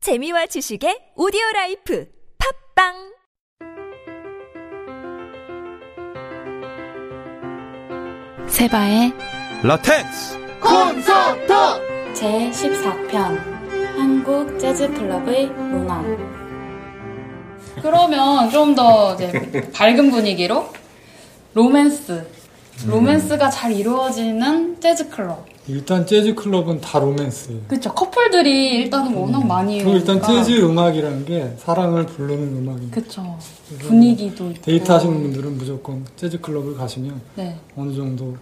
재미와 지식의 오디오 라이프 팝빵 세바의 라텍스 콘서트 제14편 한국 재즈 클럽의 문화 그러면 좀 더 이제 밝은 분위기로 로맨스 로맨스가 잘 이루어지는 재즈 클럽 일단 재즈 클럽은 다 로맨스예요. 그쵸 커플들이 일단은 워낙 많이 음. 그리고 일단 오니까. 재즈 음악이라는 게 사랑을 부르는 음악입니다. 그쵸 분위기도 있고 데이트 하시는 분들은 무조건 재즈 클럽을 가시면 네 어느 정도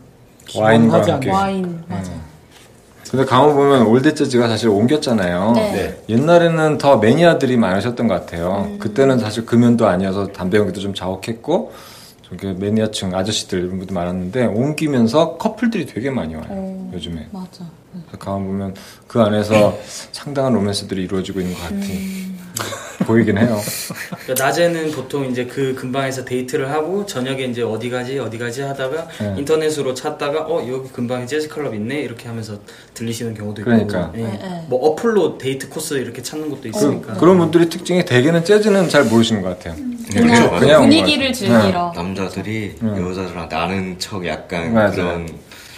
와인과 기원하지 함께. 않아요. 와인 맞아 네. 근데 가만 보면 올드 재즈가 사실 옮겼잖아요. 네. 옛날에는 더 매니아들이 많으셨던 것 같아요. 음. 그때는 사실 금연도 아니어서 담배 연기도 좀 자욱했고 저게 매니아층 아저씨들 이런 분도 많았는데 옮기면서 커플들이 되게 많이 와요. 오. 요즘에 맞아 그래서 가만 보면 그 안에서 상당한 로맨스들이 이루어지고 있는 것 같아. 음. 보이긴 해요. 그러니까 낮에는 보통 이제 그 근방에서 데이트를 하고 저녁에 이제 어디 가지 어디 가지 하다가 네. 인터넷으로 찾다가 어 여기 근방에 재즈 클럽 있네 이렇게 하면서 들리시는 경우도 있고 그러니까. 예. 네, 어. 네. 뭐 어플로 데이트 코스 이렇게 찾는 것도 있으니까 그, 그런 분들이 특징이 대개는 재즈는 잘 모르시는 것 같아요. 그냥 그렇죠. 그냥 분위기를 뭐- 즐기러 남자들이 네. 여자들한테 아는 척 약간 맞아요. 그런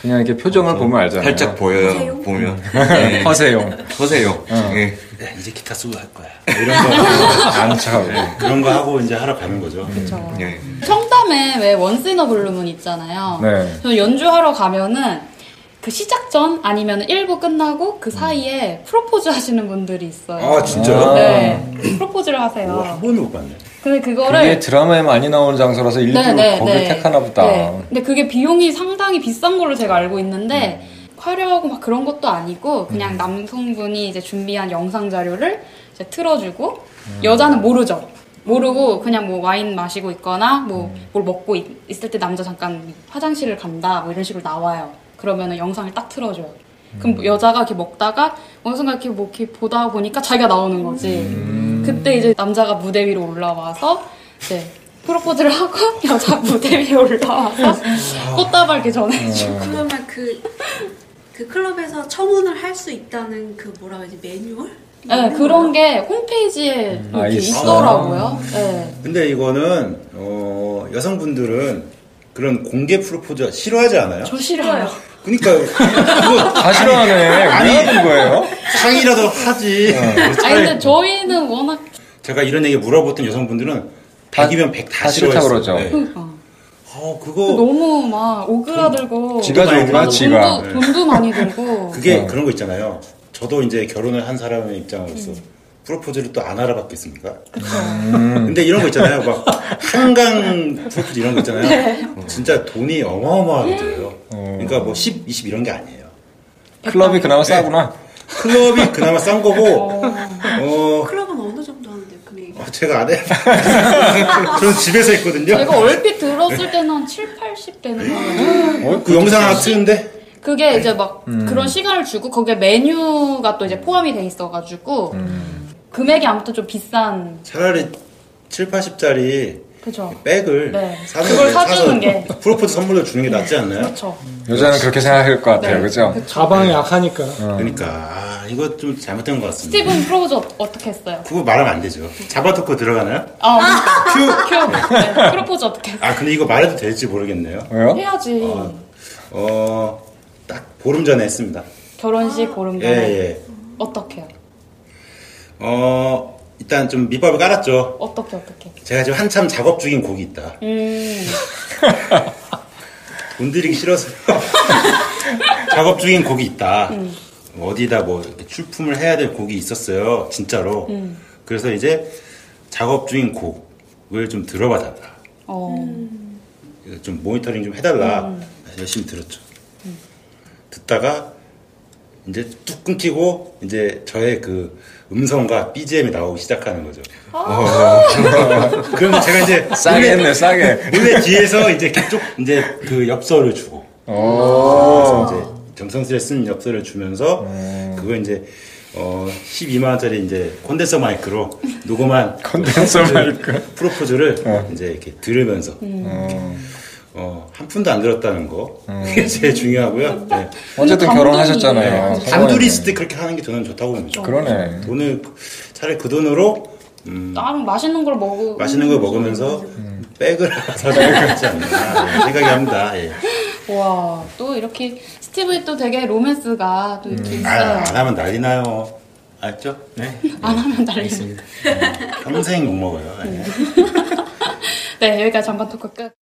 그냥 이렇게 표정을 보면 네. 알잖아요. 살짝 보여요 보면 네, 허세용. 허세요 어. 예. 야, 이제 기타 수고 할 거야. 네. 안 차고. 네. 그런 거 하고 이제 하러 가는 거죠. 네. 그쵸 예. 청담에 왜 원스이너 블루문 있잖아요. 네. 저 연주하러 가면은 그 시작 전 아니면 1부 끝나고 그 사이에 프로포즈 하시는 분들이 있어요. 아, 진짜요? 네. 프로포즈를 하세요. 아, 한 번도 못 봤네. 근데 그게 그거를 드라마에 많이 나오는 장소라서 일부러 거기를 택하나 보다. 네. 근데 그게 비용이 상당히 비싼 걸로 제가 알고 있는데 네. 화려하고 막 그런 것도 아니고 그냥 음. 남성분이 이제 준비한 영상 자료를 이제 틀어주고 음. 여자는 모르죠. 모르고 그냥 뭐 와인 마시고 있거나 뭐 음. 뭘 먹고 있, 을때 남자 잠깐 화장실을 간다 뭐 이런 식으로 나와요. 그러면은 영상을 딱 틀어줘요. 그럼 음. 여자가 이렇게 먹다가 어느 순간 이렇게 뭐 이렇게 보다 보니까 자기가 나오는 거지. 음. 그때 이제 남자가 무대 위로 올라와서 이제 프로포즈를 하고 여자 무대 위에 올라와서 음. 꽃다발 이렇게 전해주고 그러면 그, 그 클럽에서 청혼을 할 수 있다는 그 뭐라 그러지 매뉴얼? 네, 그런 게 홈페이지에 아, 이렇게 있어요? 있더라고요. 네. 근데 이거는 어, 여성분들은 그런 공개 프로포즈 싫어하지 않아요? 저 싫어요. 그러니까 이거 다 싫어하네. 왜 하는 거예요? 상이라도 하지. 아니, 근데 저희는 워낙. 제가 이런 얘기 물어보던 여성분들은 다- 100이면 100 다 싫다 다 싫어했어. 그러죠. 네. 그러니까. 어, 그거 너무 막 오그라들고. 지가 많이 좋은 거야, 들어가고. 지가. 돈도, 돈도 많이 들고. 그게 어. 그런 거 있잖아요. 저도 이제 결혼을 한 사람의 입장으로서 음. 프로포즈를 또 안 알아봤겠습니까? 음. 근데 이런 거 있잖아요. 막 한강 프로포즈 이런 거 있잖아요. 네. 진짜 돈이 어마어마하게 들어요. 음. 그러니까 뭐 10, 20 이런 게 아니에요. 클럽이 그나마 네. 싸구나. 클럽이 그나마 싼 거고, 어, 클럽은 어느 정도 하는데 금액이? 어, 제가 안 해. 저는 집에서 네. 했거든요. 제가 얼핏 들었을 때는 한 7, 80 되는 거예요. 그 영상 네. 하나 쓰는데, 그게 이제 막 음. 그런 시간을 주고 거기에 메뉴가 또 이제 포함이 돼 있어가지고 음. 금액이 아무튼 좀 비싼. 차라리 7, 80짜리 그죠. 백을 네. 사는 그걸 게 사주는 사서 게. 프로포즈 선물로 주는 게 낫지 않나요? 그렇죠. 여자는 그렇게 생각할 것 같아요. 네. 그죠? 가방이 약하니까 그러니까 아, 이거 좀 잘못된 것 같습니다. 스티븐 프로포즈 어- 어떻게 했어요? 그거 말하면 안 되죠. 잡아놓고 들어가나요? 아, 큐. 큐. 네, 프로포즈 어떻게 했어요? 아 근데 이거 말해도 될지 모르겠네요. 왜요? 해야지. 아. 어, 딱 보름 전에 했습니다. 결혼식 고른 예 거 예. 어떻게요? 어 일단 좀 밑밥을 깔았죠. 어떻게 어떻게? 제가 지금 한참 작업 중인 곡이 있다. 음, 돈 들이기 싫어서 작업 중인 곡이 있다. 어디다 뭐 이렇게 출품을 해야 될 곡이 있었어요. 진짜로. 그래서 이제 작업 중인 곡을 좀 들어봐 달라. 어, 좀 모니터링 좀 해달라. 열심히 들었죠. 듣다가 이제 뚝 끊기고 이제 저의 그 음성과 BGM이 나오기 시작하는 거죠. 어. 그러면 제가 이제 싸게 했네, 싸게. 몰래 뒤에서 이제 그쪽 이제 그 엽서를 주고 어. 그래서 이제 점성술에 쓴 엽서를 주면서 네. 그거 이제 어 12만 원짜리 이제 콘덴서 마이크로 녹음한 그 콘덴서 마이크. 어. 음. 프로포즈를 이제 이렇게 들으면서 어, 한 푼도 안 들었다는 거 음. 그게 제일 중요하고요. 네. 어쨌든 감동이- 결혼하셨잖아요. 단둘이 있을 때 그렇게 하는 게 저는 좋다고 봅니다. 그러네. 돈을 차라리 그 돈으로 음, 따로 맛있는 걸 먹고 맛있는 걸 먹으면서 백을 하나 사줘야 하지 않나 이런 생각이 합니다. 예. 와, 또 이렇게 스티브에 또 되게 로맨스가 또 이렇게 아, 있어요. 안 하면 난리 나요. 알죠? 네. 안 하면 달리. 알겠습니다. 평생 욕먹어요. 예. 네, 여기까지 전반 토크 끝.